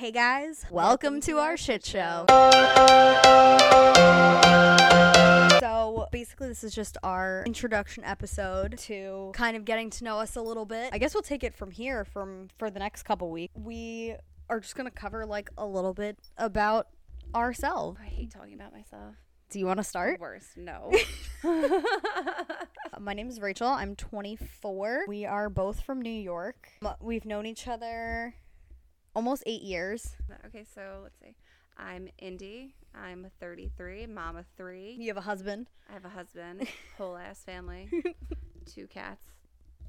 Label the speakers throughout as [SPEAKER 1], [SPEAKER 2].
[SPEAKER 1] Hey guys, welcome, to our shit show. So basically, this is just our introduction episode to kind of getting to know us a little bit. I guess we'll take it from here from for the next couple weeks. We are just gonna cover like a little bit about ourselves.
[SPEAKER 2] I hate talking about myself.
[SPEAKER 1] Do you want to start?
[SPEAKER 2] Worse, no.
[SPEAKER 1] My name is Rachel. I'm 24. We are both from New York. M- We've known each other almost eight years.
[SPEAKER 2] okay, so let's see. I'm Indy. I'm 33, mom of three.
[SPEAKER 1] You have a husband.
[SPEAKER 2] I have a husband, whole ass family, two cats,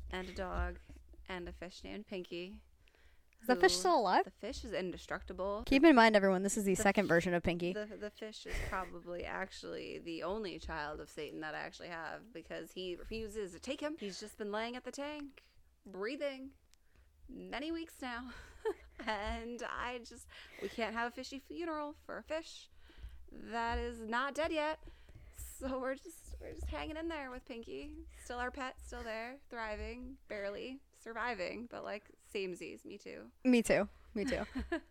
[SPEAKER 2] and a dog, and a fish named Pinky.
[SPEAKER 1] Is that fish
[SPEAKER 2] who-
[SPEAKER 1] still alive?
[SPEAKER 2] The fish is indestructible.
[SPEAKER 1] Keep in mind, everyone, this is the second version of Pinky.
[SPEAKER 2] The, the fish is probably actually the only child of Satan that I actually have because he refuses to take him. He's just been laying at the tank, breathing, many weeks now. and I just, we can't have a fishy funeral for a fish that is not dead yet. So we're just, we're just hanging in there with Pinky. Still our pet, still there, thriving, barely surviving, but like samesies, me too.
[SPEAKER 1] Me too. Me too.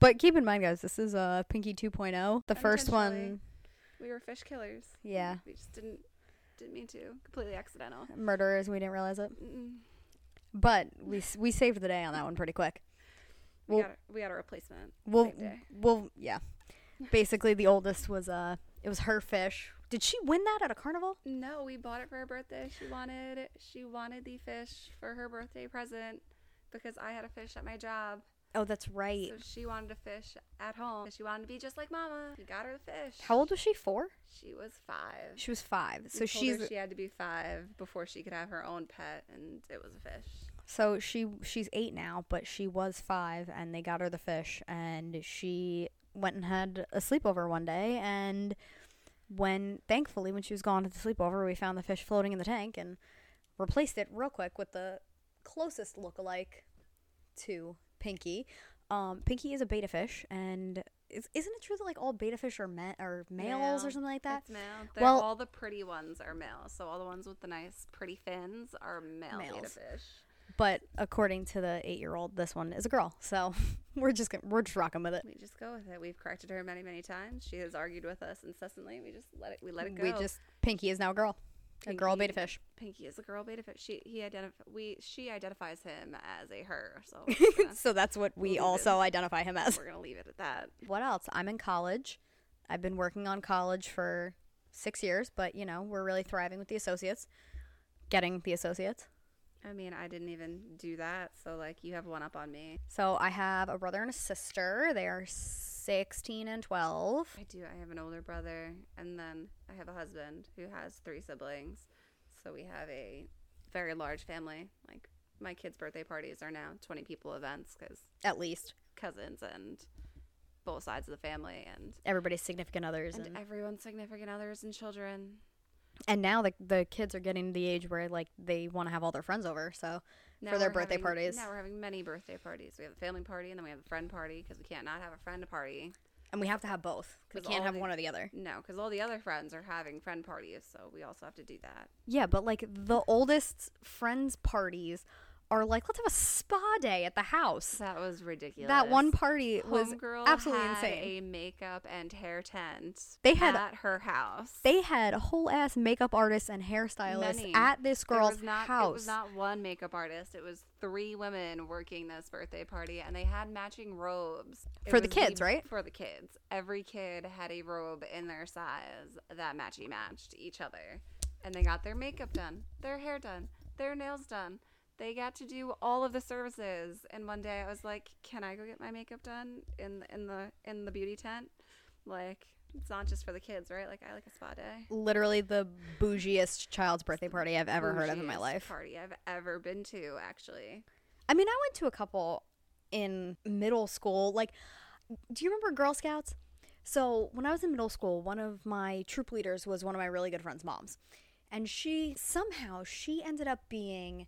[SPEAKER 1] but keep in mind, guys, this is uh, Pinky 2.0. The first one,
[SPEAKER 2] Unintentionally. We were fish killers.
[SPEAKER 1] Yeah.
[SPEAKER 2] We just didn't didn't mean to. Completely accidental.
[SPEAKER 1] murderers, we didn't realize it.
[SPEAKER 2] Mm-mm.
[SPEAKER 1] But we s- we saved the day on that one pretty quick.
[SPEAKER 2] We,
[SPEAKER 1] Well-
[SPEAKER 2] got a, we got a replacement.
[SPEAKER 1] Well,
[SPEAKER 2] Same day.
[SPEAKER 1] well, yeah. Basically, the oldest was uh, it was her fish. Did she win that at a carnival?
[SPEAKER 2] No, we bought it for her birthday. She wanted she wanted the fish for her birthday present because I had a fish at my job.
[SPEAKER 1] Oh, that's right.
[SPEAKER 2] So she wanted a fish at home. She wanted to be just like Mama. We got her the fish.
[SPEAKER 1] How old was she? Four.
[SPEAKER 2] She was five.
[SPEAKER 1] She was five. So
[SPEAKER 2] We told her
[SPEAKER 1] she's
[SPEAKER 2] she had to be five before she could have her own pet, and it was a fish.
[SPEAKER 1] so she she's eight now, but she was five, and they got her the fish, and she went and had a sleepover one day, and when thankfully when she was gone to the sleepover, we found the fish floating in the tank and replaced it real quick with the closest lookalike to Pinky. Um, Pinky is a beta fish, and is, isn't it true that like all beta fish are men or males
[SPEAKER 2] Male.
[SPEAKER 1] or something like that?
[SPEAKER 2] It's male. They're,
[SPEAKER 1] well-
[SPEAKER 2] all the pretty ones are male. So all the ones with the nice pretty fins are male beta
[SPEAKER 1] Males.
[SPEAKER 2] fish.
[SPEAKER 1] But according to the eight-year-old, this one is a girl, so we're just gonna, we're just rocking with it.
[SPEAKER 2] We just go with it. We've corrected her many, many times. She has argued with us incessantly. We just let it. We let it go.
[SPEAKER 1] We just Pinky is now a girl. A girl beta
[SPEAKER 2] Pinky-
[SPEAKER 1] fish.
[SPEAKER 2] Pinky is a girl beta fish. She he identif- we she identifies him as a her. So
[SPEAKER 1] So that's what we
[SPEAKER 2] Believe it.
[SPEAKER 1] also identify him as.
[SPEAKER 2] we're gonna leave it at that.
[SPEAKER 1] What else? I'm in college. I've been working on college for six years, but you know, we're really thriving with the associates. Getting the associates.
[SPEAKER 2] I mean, I didn't even do that. So like, you have one up on me.
[SPEAKER 1] So I have a brother and a sister. They are 16 and 12.
[SPEAKER 2] I do. I have an older brother, and then I have a husband who has three siblings. So we have a very large family. Like my kids' birthday parties are now twenty people events because
[SPEAKER 1] At least
[SPEAKER 2] cousins and both sides of the family, and
[SPEAKER 1] everybody's significant others. And,
[SPEAKER 2] and
[SPEAKER 1] and,
[SPEAKER 2] everyone's significant others and children.
[SPEAKER 1] now the, the kids are getting to the age where like they want to have all their friends over. So
[SPEAKER 2] Now
[SPEAKER 1] for their
[SPEAKER 2] we're
[SPEAKER 1] birthday
[SPEAKER 2] having-
[SPEAKER 1] parties.
[SPEAKER 2] Now we're having many birthday parties. We have a family party, and then we have a friend party because we can't not have a friend party.
[SPEAKER 1] And we have to have both. We
[SPEAKER 2] 'Cause
[SPEAKER 1] can't
[SPEAKER 2] all
[SPEAKER 1] have
[SPEAKER 2] the-
[SPEAKER 1] one or the other.
[SPEAKER 2] No, because all the other friends are having friend parties, so we also have to do that.
[SPEAKER 1] Yeah, but like the oldest friends' parties are like, let's have a spa day at the house.
[SPEAKER 2] That was ridiculous.
[SPEAKER 1] That one party was
[SPEAKER 2] Homegirl
[SPEAKER 1] absolutely
[SPEAKER 2] had
[SPEAKER 1] insane.
[SPEAKER 2] A makeup and hair tent.
[SPEAKER 1] They had-
[SPEAKER 2] at her house.
[SPEAKER 1] they had a whole ass makeup artist and hairstylist
[SPEAKER 2] Many.
[SPEAKER 1] at this
[SPEAKER 2] There
[SPEAKER 1] girl's
[SPEAKER 2] was not,
[SPEAKER 1] house.
[SPEAKER 2] It was not one makeup artist. It was three women working this birthday party, and they had matching robes It
[SPEAKER 1] For the
[SPEAKER 2] was
[SPEAKER 1] kids, right?
[SPEAKER 2] For the kids, every kid had a robe in their size that matchy matched each other, and they got their makeup done, their hair done, their nails done. They got to do all of the services. And one day, I was like, "Can I go get my makeup done in in the in the beauty tent? Like, it's not just for the kids, right? Like, I like a spa day."
[SPEAKER 1] Literally the bougiest child's birthday party I've ever heard of in my
[SPEAKER 2] bougiest
[SPEAKER 1] life.
[SPEAKER 2] Party I've ever been to, actually.
[SPEAKER 1] I mean, I went to a couple in middle school. Like, do you remember Girl Scouts? So, when I was in middle school, one of my troop leaders was one of my really good friend's moms. And she somehow she ended up being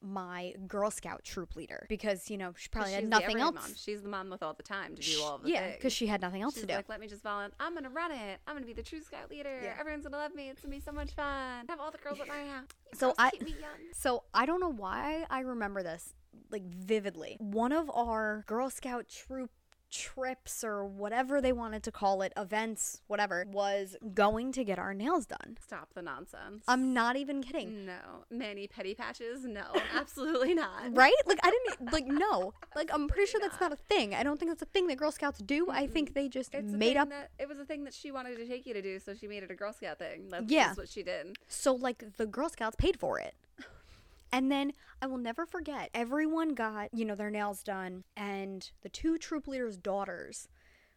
[SPEAKER 1] my Girl Scout troop leader because, you know, she probably had
[SPEAKER 2] She's the
[SPEAKER 1] nothing
[SPEAKER 2] everyday
[SPEAKER 1] else.
[SPEAKER 2] Mom. She's the mom with all the time to do all of the
[SPEAKER 1] yeah, because
[SPEAKER 2] things.
[SPEAKER 1] she had nothing else
[SPEAKER 2] She's
[SPEAKER 1] to do.
[SPEAKER 2] like, let me just volunteer. I'm gonna run it. I'm gonna be the true scout leader.
[SPEAKER 1] Yeah.
[SPEAKER 2] Everyone's gonna love me. It's gonna be so much fun. Have all the girls at my house. You
[SPEAKER 1] So
[SPEAKER 2] girls
[SPEAKER 1] I-
[SPEAKER 2] keep me young.
[SPEAKER 1] So I don't know why I remember this like vividly. One of our Girl Scout troop trips or whatever they wanted to call it, events, whatever, was going to get our nails done.
[SPEAKER 2] Stop the nonsense.
[SPEAKER 1] I'm not even kidding.
[SPEAKER 2] no. Many petty patches? No, absolutely not.
[SPEAKER 1] Right? Like I didn't e, like no. Like I'm pretty sure that's not a thing. I don't think that's a thing that Girl Scouts do. I think they just
[SPEAKER 2] It's a
[SPEAKER 1] made
[SPEAKER 2] thing
[SPEAKER 1] up
[SPEAKER 2] That, it was a thing that she wanted to take you to do, so she made it a Girl Scout thing. That's
[SPEAKER 1] Yeah.
[SPEAKER 2] just what she did.
[SPEAKER 1] So like the Girl Scouts paid for it. And then I will never forget everyone got, you know, their nails done and the two troop leaders' daughters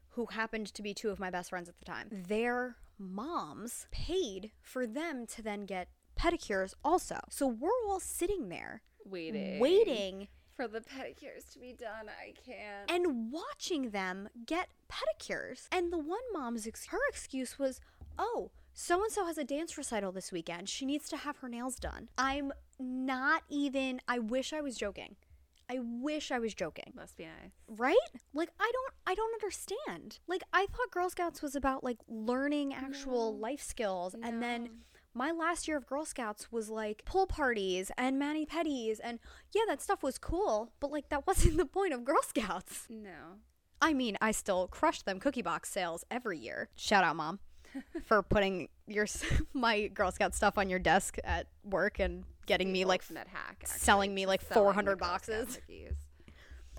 [SPEAKER 1] who happened to be two of my best friends at the time. Their moms paid for them to then get pedicures also. So we're all sitting there
[SPEAKER 2] Waiting.
[SPEAKER 1] waiting
[SPEAKER 2] For the pedicures to be done, I can't.
[SPEAKER 1] and watching them get pedicures. And the one mom's ex- her excuse was, "Oh, so and so has a dance recital this weekend. She needs to have her nails done." I'm not even. I wish I was joking. I wish I was joking.
[SPEAKER 2] Must be nice.
[SPEAKER 1] Right? Like I don't I don't understand. Like I thought Girl Scouts was about like learning actual life skills and then my last year of Girl Scouts was like pool parties and mani pedis and yeah, that stuff was cool, but like that wasn't the point of Girl Scouts.
[SPEAKER 2] No.
[SPEAKER 1] I mean, I still crush them cookie box sales every year. Shout out, mom, for putting your my Girl Scout stuff on your desk at work and getting me like
[SPEAKER 2] Ultimate hack. actually,
[SPEAKER 1] selling me,
[SPEAKER 2] just
[SPEAKER 1] like,
[SPEAKER 2] selling the
[SPEAKER 1] 400
[SPEAKER 2] Girl Scout
[SPEAKER 1] boxes.
[SPEAKER 2] cookies.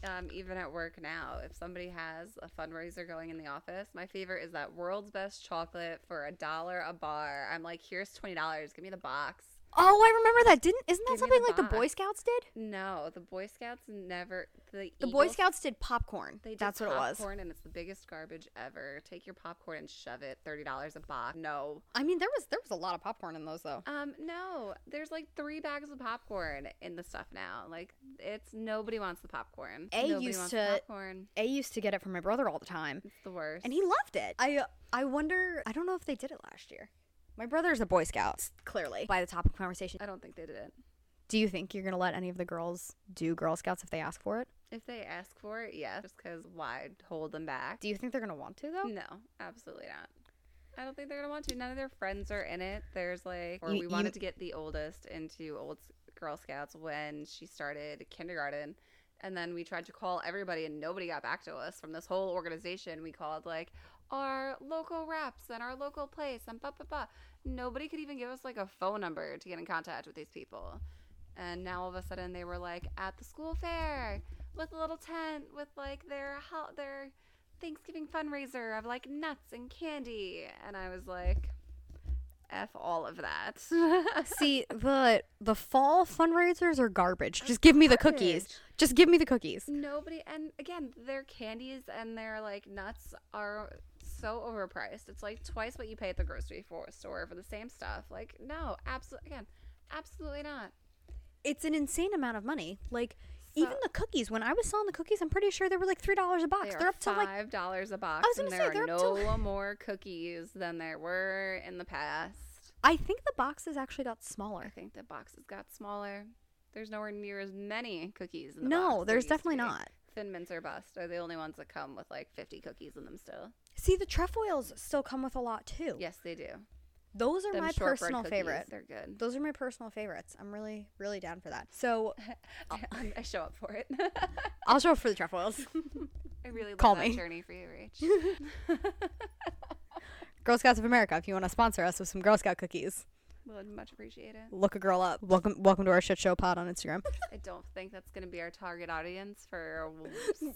[SPEAKER 2] Um, even at work now, if somebody has a fundraiser going in the office, my favorite is that world's best chocolate for a dollar a bar. I'm like, here's twenty dollars. Give me the box.
[SPEAKER 1] Oh, I remember that. Didn't isn't that
[SPEAKER 2] Give me
[SPEAKER 1] something
[SPEAKER 2] the
[SPEAKER 1] like the Boy
[SPEAKER 2] box.
[SPEAKER 1] Scouts did?
[SPEAKER 2] No, the Boy Scouts never. The,
[SPEAKER 1] The
[SPEAKER 2] Eagle
[SPEAKER 1] Boy Scouts did popcorn.
[SPEAKER 2] They did
[SPEAKER 1] That's what it was.
[SPEAKER 2] popcorn, and it's the biggest garbage ever. Take your popcorn and shove it. Thirty dollars a box. No,
[SPEAKER 1] I mean, there was there was a lot of popcorn in those though.
[SPEAKER 2] um, no. There's like three bags of popcorn in the stuff now. Like it's nobody wants the popcorn.
[SPEAKER 1] A
[SPEAKER 2] nobody
[SPEAKER 1] used
[SPEAKER 2] wants
[SPEAKER 1] to-
[SPEAKER 2] popcorn.
[SPEAKER 1] I used to get it from my brother all the time,
[SPEAKER 2] It's the worst.
[SPEAKER 1] and he loved it. I uh, I wonder. I don't know if they did it last year. My brother's a Boy Scout, clearly. By the topic of conversation,
[SPEAKER 2] I don't think they did it.
[SPEAKER 1] do you think you're gonna let any of the girls do Girl Scouts if they ask for it?
[SPEAKER 2] If they ask for it, yes. Just because why hold them back?
[SPEAKER 1] Do you think they're gonna want to though?
[SPEAKER 2] no, absolutely not. I don't think they're gonna want to. None of their friends are in it. There's like, or
[SPEAKER 1] You-
[SPEAKER 2] we
[SPEAKER 1] you-
[SPEAKER 2] wanted to get the oldest into old S- Girl Scouts when she started kindergarten, and then we tried to call everybody, and nobody got back to us from this whole organization. We called like our local reps and our local place and blah blah blah. Nobody could even give us like a phone number to get in contact with these people. And now all of a sudden they were like at the school fair with a little tent with like their ho- their Thanksgiving fundraiser of like nuts and candy. And I was like, F all of that.
[SPEAKER 1] See, but the fall fundraisers are garbage. Just give me the cookies. Just give me the cookies.
[SPEAKER 2] Nobody, and again, their candies and their like nuts are so overpriced. It's like twice what you pay at the grocery for, store for the same stuff. Like, no, absolutely, again, absolutely not.
[SPEAKER 1] It's an insane amount of money. Like even
[SPEAKER 2] So-
[SPEAKER 1] the cookies. When I was selling the cookies, I'm pretty sure they were like three dollars a box.
[SPEAKER 2] They
[SPEAKER 1] They
[SPEAKER 2] are
[SPEAKER 1] are up to like
[SPEAKER 2] five dollars a box,
[SPEAKER 1] was
[SPEAKER 2] and
[SPEAKER 1] gonna
[SPEAKER 2] there
[SPEAKER 1] say,
[SPEAKER 2] are
[SPEAKER 1] they're up
[SPEAKER 2] no
[SPEAKER 1] to-
[SPEAKER 2] more cookies than there were in the past.
[SPEAKER 1] I think the boxes actually got
[SPEAKER 2] I
[SPEAKER 1] smaller.
[SPEAKER 2] think the boxes got smaller. There's nowhere near as many cookies. In the box
[SPEAKER 1] No,
[SPEAKER 2] there
[SPEAKER 1] there's
[SPEAKER 2] used to
[SPEAKER 1] definitely
[SPEAKER 2] be.
[SPEAKER 1] not.
[SPEAKER 2] Thin Mints or Bust are the only ones that come with like 50 cookies in them still.
[SPEAKER 1] See, the trefoils still come with a lot too.
[SPEAKER 2] Yes, they do.
[SPEAKER 1] Those are
[SPEAKER 2] Them
[SPEAKER 1] my
[SPEAKER 2] shortbread
[SPEAKER 1] personal
[SPEAKER 2] cookies,
[SPEAKER 1] favorite.
[SPEAKER 2] They're good.
[SPEAKER 1] Those are my personal favorites. I'm really, really down for that. So
[SPEAKER 2] I show up for it.
[SPEAKER 1] I'll show up for the trefoils.
[SPEAKER 2] I really love
[SPEAKER 1] Call
[SPEAKER 2] that
[SPEAKER 1] me.
[SPEAKER 2] journey for you, Rach.
[SPEAKER 1] Girl Scouts of America, if you want to sponsor us with some Girl Scout cookies,
[SPEAKER 2] Would much appreciate it.
[SPEAKER 1] look a girl up. Welcome, welcome to our shit show pod on Instagram.
[SPEAKER 2] I don't think that's going to be our target audience for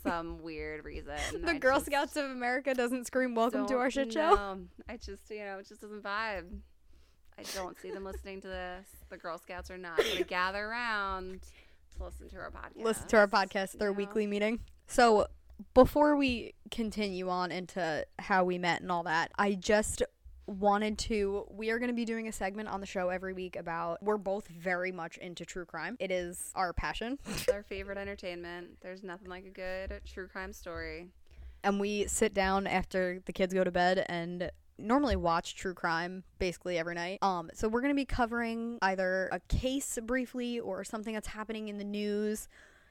[SPEAKER 2] some weird reason.
[SPEAKER 1] the
[SPEAKER 2] I
[SPEAKER 1] Girl
[SPEAKER 2] just
[SPEAKER 1] Scouts of America doesn't scream "Welcome to
[SPEAKER 2] don't
[SPEAKER 1] our shit show."
[SPEAKER 2] know. I just, you know, it just doesn't vibe. I don't see them listening to this. The Girl Scouts are not going to gather around to listen to our podcast.
[SPEAKER 1] Listen to our podcast, their
[SPEAKER 2] No.
[SPEAKER 1] weekly meeting. So, before we continue on into how we met and all that, I just wanted to. We are going to be doing a segment on the show every week about. We're both very much into true crime. It is our passion,
[SPEAKER 2] It's our favorite entertainment. There's nothing like a good true crime story.
[SPEAKER 1] and we sit down after the kids go to bed and normally watch true crime basically every night. Um, so we're gonna be covering either a case briefly or something that's happening in the news.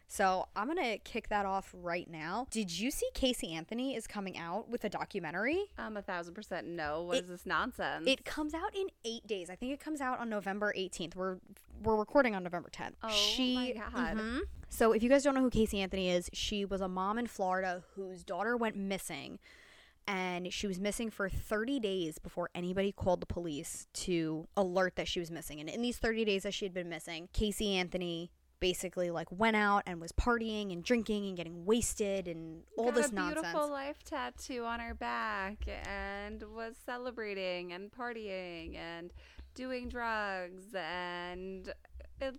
[SPEAKER 1] So I'm gonna kick that off right now. Did you see Casey Anthony is coming out with a documentary?
[SPEAKER 2] Um, a thousand percent no. What is this nonsense?
[SPEAKER 1] It comes out in eight days. I think it comes out on November 18th. We're we're recording on November 10th.
[SPEAKER 2] Oh my God.
[SPEAKER 1] Mhm. So, if you guys don't know who Casey Anthony is, she was a mom in Florida whose daughter went missing. And she was missing for 30 days before anybody called the police to alert that she was missing. And in these 30 days that she had been missing, Casey Anthony basically like went out and was partying and drinking and getting wasted and all
[SPEAKER 2] Got
[SPEAKER 1] this
[SPEAKER 2] a
[SPEAKER 1] nonsense.
[SPEAKER 2] beautiful life tattoo on her back and was celebrating and partying and doing drugs and uh,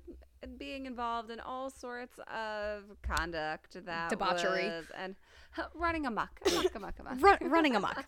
[SPEAKER 2] being involved in all sorts of conduct that
[SPEAKER 1] Debauchery.
[SPEAKER 2] was- and running amok, amok, amok, amok.
[SPEAKER 1] Run, running amok.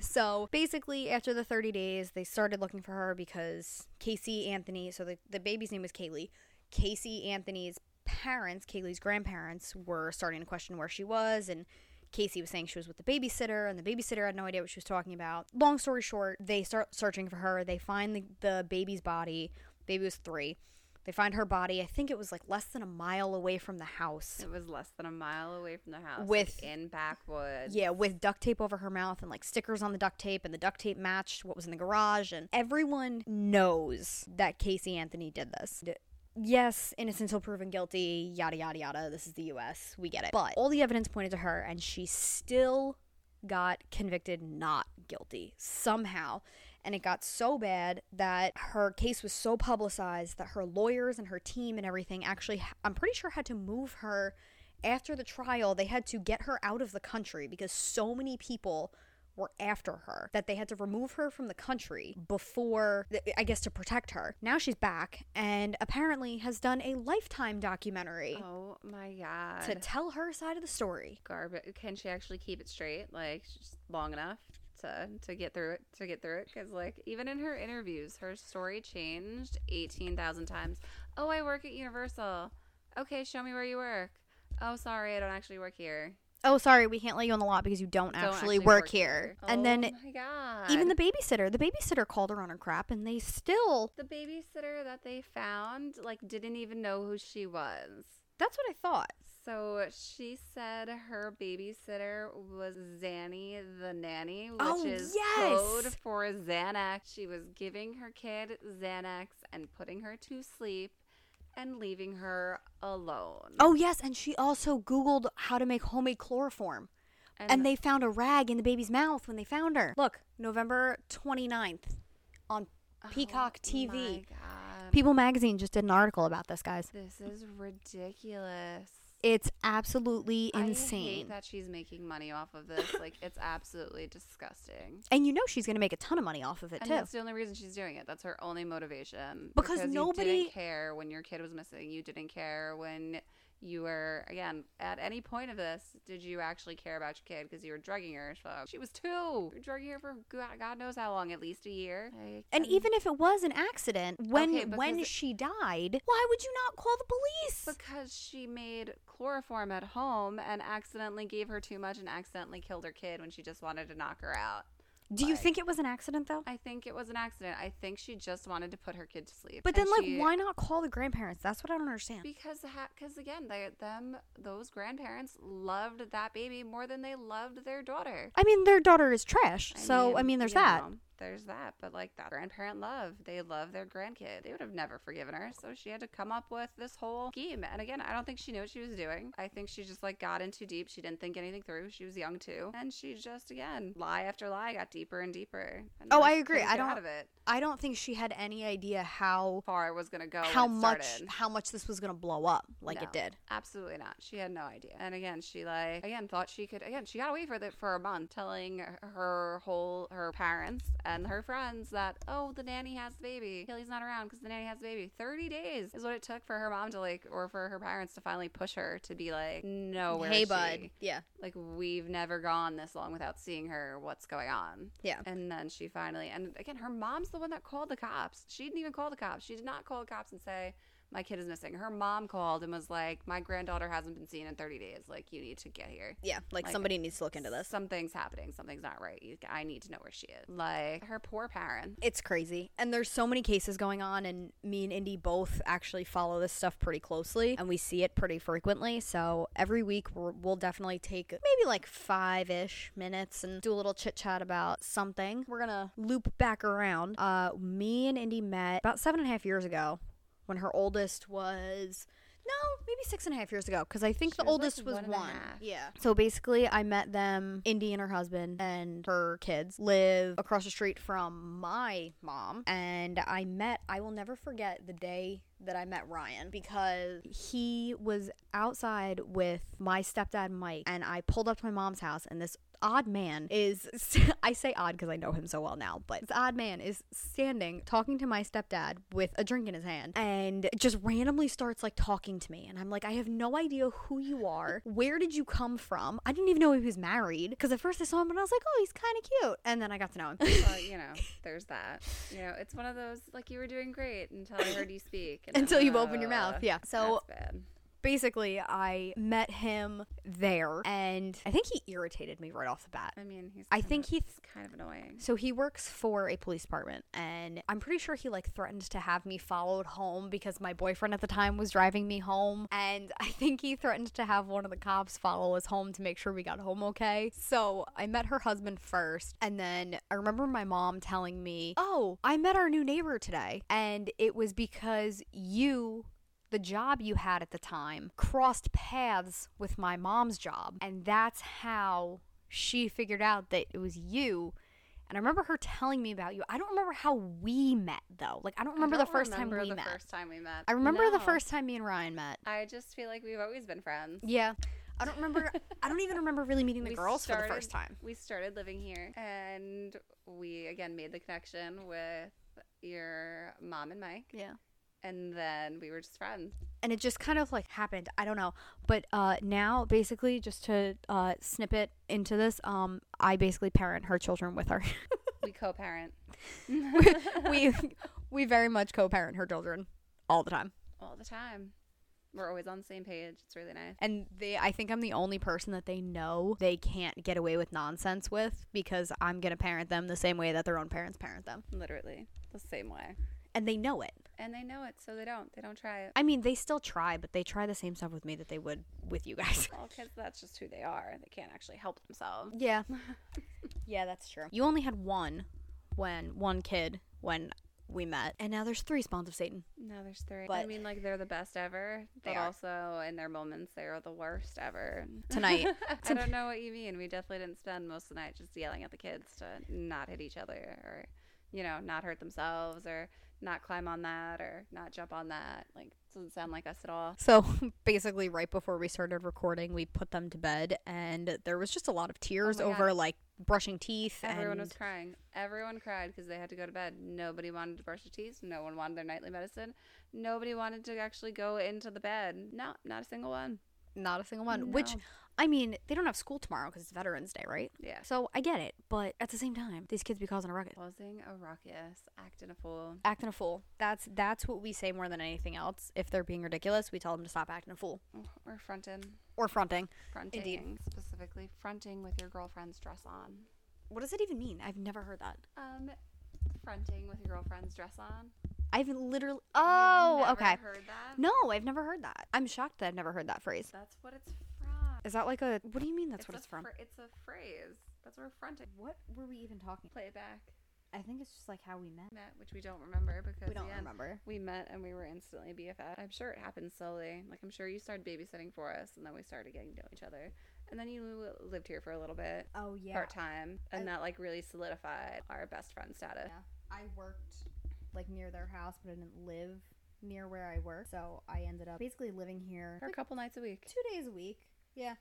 [SPEAKER 1] So basically, after the 30 days, they started looking for her because Casey Anthony, so the, the baby's name was Kaylee. Casey Anthony's parents, Kaylee's grandparents, were starting to question where she was, and Casey was saying she was with the babysitter, and the babysitter had no idea what she was talking about. Long story short, they start searching for her. They find the, the baby's body. Baby was three. They find her body. I think it was like less than a mile away from the house.
[SPEAKER 2] It was less than a mile away from the house, like,
[SPEAKER 1] With-
[SPEAKER 2] in backwoods.
[SPEAKER 1] Yeah, with duct tape over her mouth and like stickers on the duct tape, and the duct tape matched what was in the garage. And everyone knows that Casey Anthony did this. D- Yes, innocent until proven guilty, yada, yada, yada. This is the US. We get it. But all the evidence pointed to her, and she still got convicted not guilty somehow. And it got so bad that her case was so publicized that her lawyers and her team and everything actually, I'm pretty sure, had to move her after the trial. They had to get her out of the country because so many people were after her that they had to remove her from the country before I guess to protect her. Now she's back and apparently has done a lifetime documentary
[SPEAKER 2] Oh my god.
[SPEAKER 1] to tell her side of the story.
[SPEAKER 2] garbage. Can she actually keep it straight, like just long enough to to get through it? To get through it, because like even in her interviews, her story changed eighteen thousand times. Oh, I work at Universal. Okay, show me where you work. Oh, sorry, I don't actually work here.
[SPEAKER 1] Oh, sorry, we can't let you on the lot because you don't,
[SPEAKER 2] Don't
[SPEAKER 1] actually, work, here.
[SPEAKER 2] Oh
[SPEAKER 1] And then
[SPEAKER 2] my god,
[SPEAKER 1] even the babysitter, the babysitter called her on her crap and they still
[SPEAKER 2] the babysitter that they found like didn't even know who she was.
[SPEAKER 1] That's what I thought.
[SPEAKER 2] So she said her babysitter was Zanny the nanny, which
[SPEAKER 1] Oh,
[SPEAKER 2] is
[SPEAKER 1] yes!
[SPEAKER 2] code for Xanax. She was giving her kid Xanax and putting her to sleep and leaving her alone.
[SPEAKER 1] Oh yes, and she also googled how to make homemade chloroform.
[SPEAKER 2] and,
[SPEAKER 1] And, they found a rag in the baby's mouth when they found her. Look, November 29th on Peacock
[SPEAKER 2] oh
[SPEAKER 1] TV.
[SPEAKER 2] My God.
[SPEAKER 1] People magazine just did an article about this, guys.
[SPEAKER 2] this is ridiculous.
[SPEAKER 1] It's absolutely
[SPEAKER 2] I hate
[SPEAKER 1] insane.
[SPEAKER 2] that she's making money off of this. Like it's absolutely disgusting.
[SPEAKER 1] And you know she's going to make a ton of money off of it
[SPEAKER 2] And
[SPEAKER 1] too.
[SPEAKER 2] that's the only reason she's doing it. That's her only motivation.
[SPEAKER 1] Because
[SPEAKER 2] you
[SPEAKER 1] nobody-
[SPEAKER 2] didn't care when your kid was missing. You didn't care when you were again at any point of this. Did you actually care about your kid because you were drugging her? So she was two. You were drugging her for God, God knows how long, at least a year. Like,
[SPEAKER 1] And even if it was an accident, when
[SPEAKER 2] Okay,
[SPEAKER 1] when
[SPEAKER 2] because-
[SPEAKER 1] she died, why would you not call the police?
[SPEAKER 2] because she made chloroform at home and accidentally gave her too much and accidentally killed her kid when she just wanted to knock her out.
[SPEAKER 1] Do you
[SPEAKER 2] like-
[SPEAKER 1] think it was an accident though?
[SPEAKER 2] I think it was an accident. I think she just wanted to put her kid to sleep.
[SPEAKER 1] But then
[SPEAKER 2] And
[SPEAKER 1] like
[SPEAKER 2] she-
[SPEAKER 1] why not call the grandparents? That's what I don't understand.
[SPEAKER 2] Because because again, they them those grandparents loved that baby more than they loved their daughter.
[SPEAKER 1] I mean, their daughter is trash. so I mean, there's
[SPEAKER 2] you
[SPEAKER 1] that.
[SPEAKER 2] know, there's that, but like that grandparent love, they love their grandkid. They would have never forgiven her, so she had to come up with this whole scheme. And again, I don't think she knew what she was doing. I think she just like got in too deep. She didn't think anything through. She was young too, and she just again lie after lie got deeper and deeper. And,
[SPEAKER 1] Oh,
[SPEAKER 2] like,
[SPEAKER 1] I agree.
[SPEAKER 2] couldn't
[SPEAKER 1] I
[SPEAKER 2] get
[SPEAKER 1] don't-
[SPEAKER 2] out of it.
[SPEAKER 1] I don't think she had any idea how
[SPEAKER 2] Far it was gonna go. when
[SPEAKER 1] how
[SPEAKER 2] it
[SPEAKER 1] much
[SPEAKER 2] started.
[SPEAKER 1] how much this was going to blow up like it
[SPEAKER 2] No,
[SPEAKER 1] did.
[SPEAKER 2] Absolutely not. She had no idea. And again, she like again thought she could again. She got away with it for a month, telling her whole her parents and her friends that oh the nanny has the baby. Haley's not around because the nanny has the baby. Thirty days is what it took for her mom to like or for her parents to finally push her to be like no where's
[SPEAKER 1] hey
[SPEAKER 2] Oh, she?
[SPEAKER 1] bud. Yeah.
[SPEAKER 2] like we've never gone this long without seeing her. What's going on?
[SPEAKER 1] Yeah.
[SPEAKER 2] And then she finally, and again, her mom's the one that called the cops. She didn't even call the cops. She did not call the cops and say, my kid is missing. Her mom called and was like, my granddaughter hasn't been seen in 30 days. Like, you need to get here.
[SPEAKER 1] Yeah, like,
[SPEAKER 2] Like,
[SPEAKER 1] somebody needs to look into this.
[SPEAKER 2] Something's happening. Something's not right. You- I need to know where she is. Like, her poor parents.
[SPEAKER 1] It's crazy. And there's so many cases going on and me and Indy both actually follow this stuff pretty closely and we see it pretty frequently. So every week we're, we'll definitely take maybe like 5ish minutes and do a little chit-chat about something. We're going to loop back around. Uh me and Indy met about seven and a half years ago when her oldest was No, maybe six and a half years ago because I think
[SPEAKER 2] She
[SPEAKER 1] the
[SPEAKER 2] was, like,
[SPEAKER 1] oldest was
[SPEAKER 2] one
[SPEAKER 1] one.
[SPEAKER 2] and a half.
[SPEAKER 1] Yeah. So basically, I met them. Indy and her husband and her kids live across the street from my mom. And I met, I will never forget the day that I met Ryan because he was outside with my stepdad, Mike. And I pulled up to my mom's house and this odd man is I say odd because I know him so well now, but this odd man is standing talking to my stepdad with a drink in his hand and just randomly starts like talking to me and I'm like I have no idea who you are. Where did you come from? I didn't even know he was married because at first I saw him and I was like, "Oh, he's kind of cute." And then I got to know him.
[SPEAKER 2] Well, you know, there's that. You know, it's one of those like you were doing great until I heard you speak. and
[SPEAKER 1] Until
[SPEAKER 2] I'm,
[SPEAKER 1] you open your
[SPEAKER 2] "Uh,
[SPEAKER 1] mouth, yeah." So-
[SPEAKER 2] that's bad.
[SPEAKER 1] Basically, I met him there and I think he irritated me right off the bat.
[SPEAKER 2] I mean, he's.
[SPEAKER 1] I
[SPEAKER 2] kind
[SPEAKER 1] think
[SPEAKER 2] of-
[SPEAKER 1] he
[SPEAKER 2] he's kind of annoying.
[SPEAKER 1] So he works for a police department, and I'm pretty sure he like threatened to have me followed home because my boyfriend at the time was driving me home, and I think he threatened to have one of the cops follow us home to make sure we got home okay. So I met her husband first, and then I remember my mom telling me, "Oh, I met our new neighbor today, and it was because you." The job you had at the time crossed paths with my mom's job, and that's how she figured out that it was you and I remember her telling me about you. I don't remember how we met though. Like I don't
[SPEAKER 2] I
[SPEAKER 1] remember the
[SPEAKER 2] don't
[SPEAKER 1] first
[SPEAKER 2] remember
[SPEAKER 1] time we
[SPEAKER 2] the
[SPEAKER 1] met.
[SPEAKER 2] First time we met.
[SPEAKER 1] I remember the
[SPEAKER 2] No.
[SPEAKER 1] first time me and Ryan met.
[SPEAKER 2] I just feel like we've always been friends.
[SPEAKER 1] Yeah. I don't remember I don't even remember really meeting the
[SPEAKER 2] We
[SPEAKER 1] girls for
[SPEAKER 2] started-
[SPEAKER 1] the first time.
[SPEAKER 2] We started living here, and we again made the connection with your mom and Mike,
[SPEAKER 1] Yeah.
[SPEAKER 2] and then we were just friends.
[SPEAKER 1] And it just kind of like happened. I don't know. But uh now basically just to uh snip it into this, um I basically parent her children with her.
[SPEAKER 2] We co-parent
[SPEAKER 1] we we very much co-parent her children all the time.
[SPEAKER 2] all the time. We're always on the same page. It's really nice.
[SPEAKER 1] And they I think I'm the only person that they know they can't get away with nonsense with because I'm going to parent them the same way that their own parents parent them.
[SPEAKER 2] Literally the same way.
[SPEAKER 1] And they know it.
[SPEAKER 2] And they know it, so they don't. They don't try it.
[SPEAKER 1] I mean, they still try, but they try the same stuff with me that they would with you guys.
[SPEAKER 2] Well, because that's just who they are. They can't actually help themselves.
[SPEAKER 1] Yeah. yeah, that's true. You only had one when one kid when we met. And now there's three spawns of Satan.
[SPEAKER 2] No, there's three. I
[SPEAKER 1] But-
[SPEAKER 2] mean, like they're the best ever.
[SPEAKER 1] They
[SPEAKER 2] but
[SPEAKER 1] are.
[SPEAKER 2] also in their moments, they are the worst ever.
[SPEAKER 1] Tonight.
[SPEAKER 2] I don't know what you mean. We definitely didn't spend most of the night just yelling at the kids to not hit each other or, you know, not hurt themselves or not climb on that or not jump on that. Like, doesn't sound like us at all.
[SPEAKER 1] So basically, right before we started recording, we put them to bed, and there was just a lot of tears
[SPEAKER 2] my God.
[SPEAKER 1] over like brushing teeth.
[SPEAKER 2] Everyone
[SPEAKER 1] and
[SPEAKER 2] was crying. Everyone cried because they had to go to bed. Nobody wanted to brush their teeth. No one wanted their nightly medicine. Nobody wanted to actually go into the bed. No, not a single one.
[SPEAKER 1] not a single one. Which,
[SPEAKER 2] No.
[SPEAKER 1] I mean, they don't have school tomorrow because it's Veterans Day, right?
[SPEAKER 2] Yeah.
[SPEAKER 1] So I get it, but at the same time, these kids be causing a ruckus.
[SPEAKER 2] Causing a ruckus, acting a fool.
[SPEAKER 1] acting a fool. That's that's what we say more than anything else. If they're being ridiculous, we tell them to stop acting a fool
[SPEAKER 2] Or fronting.
[SPEAKER 1] or fronting.
[SPEAKER 2] Fronting. Specifically, fronting with your girlfriend's dress on.
[SPEAKER 1] What does it even mean? I've never heard that.
[SPEAKER 2] Um, fronting with your girlfriend's dress on.
[SPEAKER 1] I've literally
[SPEAKER 2] You've
[SPEAKER 1] Oh,
[SPEAKER 2] never
[SPEAKER 1] okay.
[SPEAKER 2] Heard that?
[SPEAKER 1] No, I've never heard that. I'm shocked that I've never heard that phrase.
[SPEAKER 2] That's what it's from.
[SPEAKER 1] Is that like a What do you mean that's what
[SPEAKER 2] a
[SPEAKER 1] it's from?
[SPEAKER 2] fr- it's a phrase. That's where fronting.
[SPEAKER 1] What were we even talking?
[SPEAKER 2] Playback
[SPEAKER 1] I think it's just like how we met.
[SPEAKER 2] met, which we don't remember because
[SPEAKER 1] We don't
[SPEAKER 2] yeah,
[SPEAKER 1] remember.
[SPEAKER 2] we met and we were instantly BFF. I'm sure it happened slowly. Like I'm sure you started babysitting for us, and then we started getting to know each other. And then you lived here for a little bit,
[SPEAKER 1] Oh yeah.
[SPEAKER 2] part time, and
[SPEAKER 1] I-
[SPEAKER 2] that like really solidified our best friend status.
[SPEAKER 1] Yeah. I worked like near their house, but I didn't live near where I worked, so I ended up basically living here
[SPEAKER 2] For a couple nights a week.
[SPEAKER 1] two days a week. Yeah.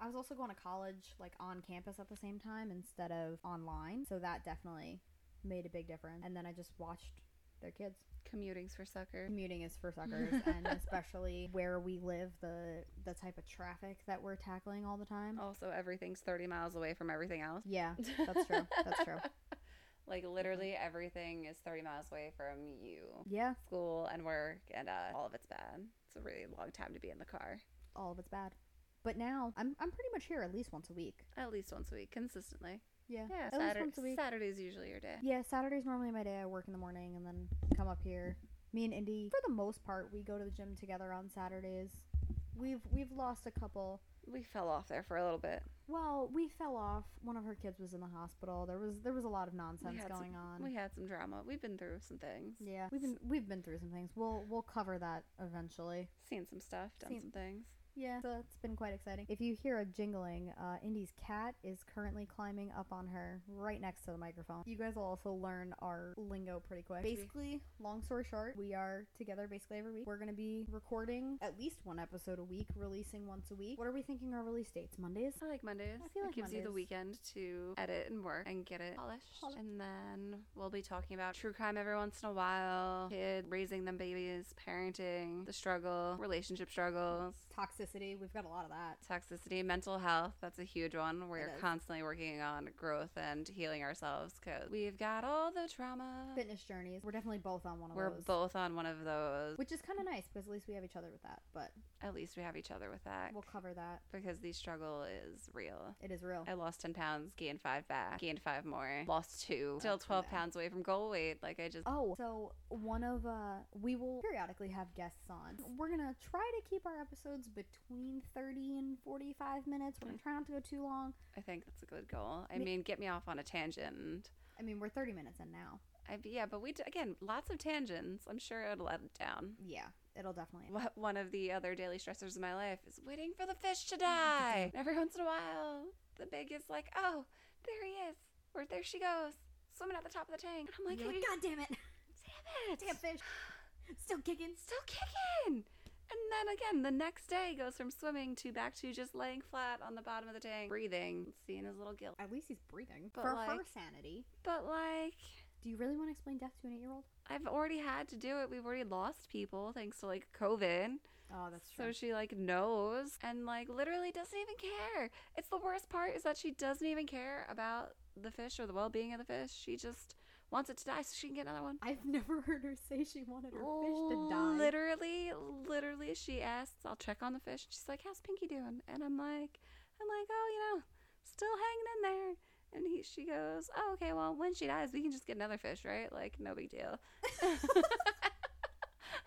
[SPEAKER 1] I was also going to college like on campus at the same time instead of online, so that definitely made a big difference. And then I just watched their kids.
[SPEAKER 2] Commuting's for suckers.
[SPEAKER 1] Commuting is for suckers, and especially where we live, the the type of traffic that we're tackling all the time.
[SPEAKER 2] Also, everything's 30 miles away from everything else.
[SPEAKER 1] Yeah, that's true. That's true.
[SPEAKER 2] Like, literally, everything is 30 miles away from you.
[SPEAKER 1] Yeah,
[SPEAKER 2] School and work, and uh, all of it's bad. It's a really long time to be in the car.
[SPEAKER 1] all of it's bad. But now I'm I'm pretty much here at least once a week.
[SPEAKER 2] At least once a week, consistently.
[SPEAKER 1] Yeah,
[SPEAKER 2] Yeah,
[SPEAKER 1] at least
[SPEAKER 2] Satur-
[SPEAKER 1] once a week.
[SPEAKER 2] Saturday's usually your day.
[SPEAKER 1] Yeah, Saturday's normally my day. I work in the morning and then come up here. Me and Indy, for the most part, we go to the gym together on Saturdays. We've we've lost a couple.
[SPEAKER 2] we fell off there for a little bit.
[SPEAKER 1] Well, we fell off. One of her kids was in the hospital. There was there was a lot of nonsense
[SPEAKER 2] had
[SPEAKER 1] going
[SPEAKER 2] some,
[SPEAKER 1] on.
[SPEAKER 2] We had some drama. We've been through some things.
[SPEAKER 1] yeah, we've been we've been through some things. We'll we'll cover that eventually.
[SPEAKER 2] Seen some stuff, done
[SPEAKER 1] Seen-
[SPEAKER 2] some things.
[SPEAKER 1] Yeah, so it's been quite exciting. If you hear a jingling, uh, Indy's cat is currently climbing up on her right next to the microphone. You guys will also learn our lingo pretty quick. Basically, long story short, we are together basically every week. We're going to be recording at least one episode a week, releasing once a week. What are we thinking our release dates? Mondays?
[SPEAKER 2] I like Mondays.
[SPEAKER 1] I feel like
[SPEAKER 2] it gives you the
[SPEAKER 1] Mondays.
[SPEAKER 2] weekend to edit and work and get it polished.
[SPEAKER 1] Poli-
[SPEAKER 2] and then we'll be talking about true crime every once in a while, kid raising them babies, parenting, the struggle, relationship struggles.
[SPEAKER 1] Toxicity, we've got a lot of that.
[SPEAKER 2] Toxicity, mental health, that's a huge one. We're
[SPEAKER 1] is.
[SPEAKER 2] constantly working on growth and healing ourselves because we've got all the trauma.
[SPEAKER 1] Fitness journeys, we're definitely both on one of
[SPEAKER 2] We're
[SPEAKER 1] those.
[SPEAKER 2] both on one of those.
[SPEAKER 1] Which is kind of nice because at least we have each other with that, but
[SPEAKER 2] At least we have each other with that
[SPEAKER 1] we'll cover that.
[SPEAKER 2] because the struggle is real.
[SPEAKER 1] It is real.
[SPEAKER 2] I lost 10 pounds, gained five back, gained five more, lost two, still
[SPEAKER 1] That's
[SPEAKER 2] 12
[SPEAKER 1] bad.
[SPEAKER 2] pounds away from goal weight. Like, I just,
[SPEAKER 1] Oh, so one of uh we will periodically have guests on. We're gonna try to keep our episodes between thirty and forty five minutes. We're gonna try not to go too long.
[SPEAKER 2] I think that's a good goal. I
[SPEAKER 1] Me-
[SPEAKER 2] mean, get me off on a tangent.
[SPEAKER 1] I mean, we're thirty minutes in now.
[SPEAKER 2] I, yeah, but we, d- again, lots of tangents. I'm sure it'll let it down.
[SPEAKER 1] Yeah, it'll definitely.
[SPEAKER 2] What, one of the other daily stressors in my life is waiting for the fish to die. And every once in a while, the big is like, oh, there he is, or there she goes, swimming at the top of the tank. And I'm like,
[SPEAKER 1] You're like,
[SPEAKER 2] "Hey,
[SPEAKER 1] God damn it!
[SPEAKER 2] damn it.
[SPEAKER 1] Damn fish, still kicking.
[SPEAKER 2] still kicking. And then again, the next day goes from swimming to back to just laying flat on the bottom of the tank, breathing, seeing his little guilt.
[SPEAKER 1] At least he's breathing.
[SPEAKER 2] But,
[SPEAKER 1] For her
[SPEAKER 2] like-
[SPEAKER 1] sanity,
[SPEAKER 2] But like,
[SPEAKER 1] do you really want to explain death to an eight year old?
[SPEAKER 2] I've already had to do it. We've already lost people thanks to like COVID.
[SPEAKER 1] Oh, that's
[SPEAKER 2] so
[SPEAKER 1] true.
[SPEAKER 2] she like knows and like literally doesn't even care. It's the worst part is that she doesn't even care about the fish or the well being of the fish. She just wants it to die so she can get another one.
[SPEAKER 1] I've never heard her say she wanted her fish
[SPEAKER 2] Oh,
[SPEAKER 1] to die.
[SPEAKER 2] Literally, literally, she asks, I'll check on the fish. She's like, How's Pinky doing? And I'm like, I'm like, Oh, you know, still hanging in there. And he, she goes, Oh, okay, well, when she dies, we can just get another fish, right? Like, no big deal.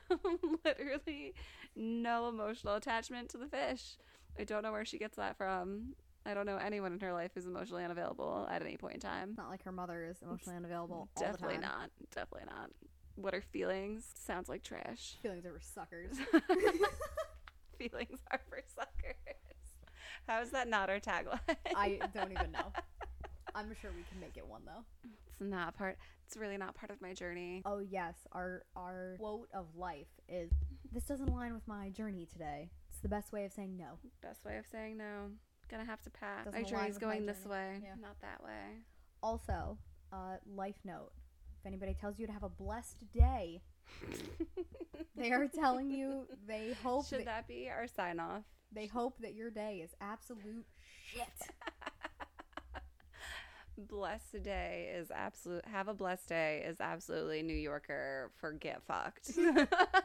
[SPEAKER 2] literally, no emotional attachment to the fish. I don't know where she gets that from. I don't know anyone in her life who's emotionally unavailable at any point in time.
[SPEAKER 1] It's not like her mother is emotionally unavailable. all the
[SPEAKER 2] Definitely
[SPEAKER 1] time.
[SPEAKER 2] not. Definitely not. What are feelings? Sounds like trash.
[SPEAKER 1] Feelings are suckers.
[SPEAKER 2] feelings are for suckers. How is that not our tagline?
[SPEAKER 1] I don't even know. I'm sure we can make it one though.
[SPEAKER 2] it's not part. It's really not part of my journey.
[SPEAKER 1] Oh yes, our our quote of life is this doesn't align with my journey today. It's the best way of saying no.
[SPEAKER 2] Best way of saying no. Gonna have to pass.
[SPEAKER 1] Doesn't align
[SPEAKER 2] my journey's
[SPEAKER 1] with my
[SPEAKER 2] going this
[SPEAKER 1] journey.
[SPEAKER 2] way,
[SPEAKER 1] Yeah.
[SPEAKER 2] not that way.
[SPEAKER 1] Also, uh, life note: if anybody tells you to have a blessed day, they are telling you they hope
[SPEAKER 2] Should
[SPEAKER 1] that,
[SPEAKER 2] that be our sign off?
[SPEAKER 1] they hope that your day is absolute shit.
[SPEAKER 2] Blessed day is absolute. Have a blessed day is absolutely New Yorker for get fucked. a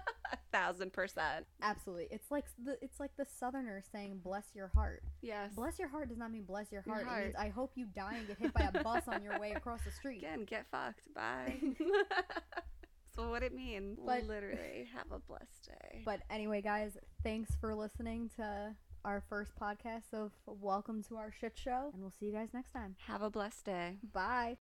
[SPEAKER 2] thousand percent.
[SPEAKER 1] Absolutely, it's like the it's like the Southerner saying "bless your heart."
[SPEAKER 2] Yes.
[SPEAKER 1] Bless your heart does not mean bless your
[SPEAKER 2] Your
[SPEAKER 1] heart. It means
[SPEAKER 2] heart.
[SPEAKER 1] I hope you die and get hit by a bus on your way across the street.
[SPEAKER 2] Again, get fucked. Bye. so what it mean?
[SPEAKER 1] But-
[SPEAKER 2] Literally, have a blessed day.
[SPEAKER 1] But anyway, guys, thanks for listening to our first podcast of Welcome to Our Shit Show, and we'll see you guys next time.
[SPEAKER 2] have a blessed day.
[SPEAKER 1] Bye.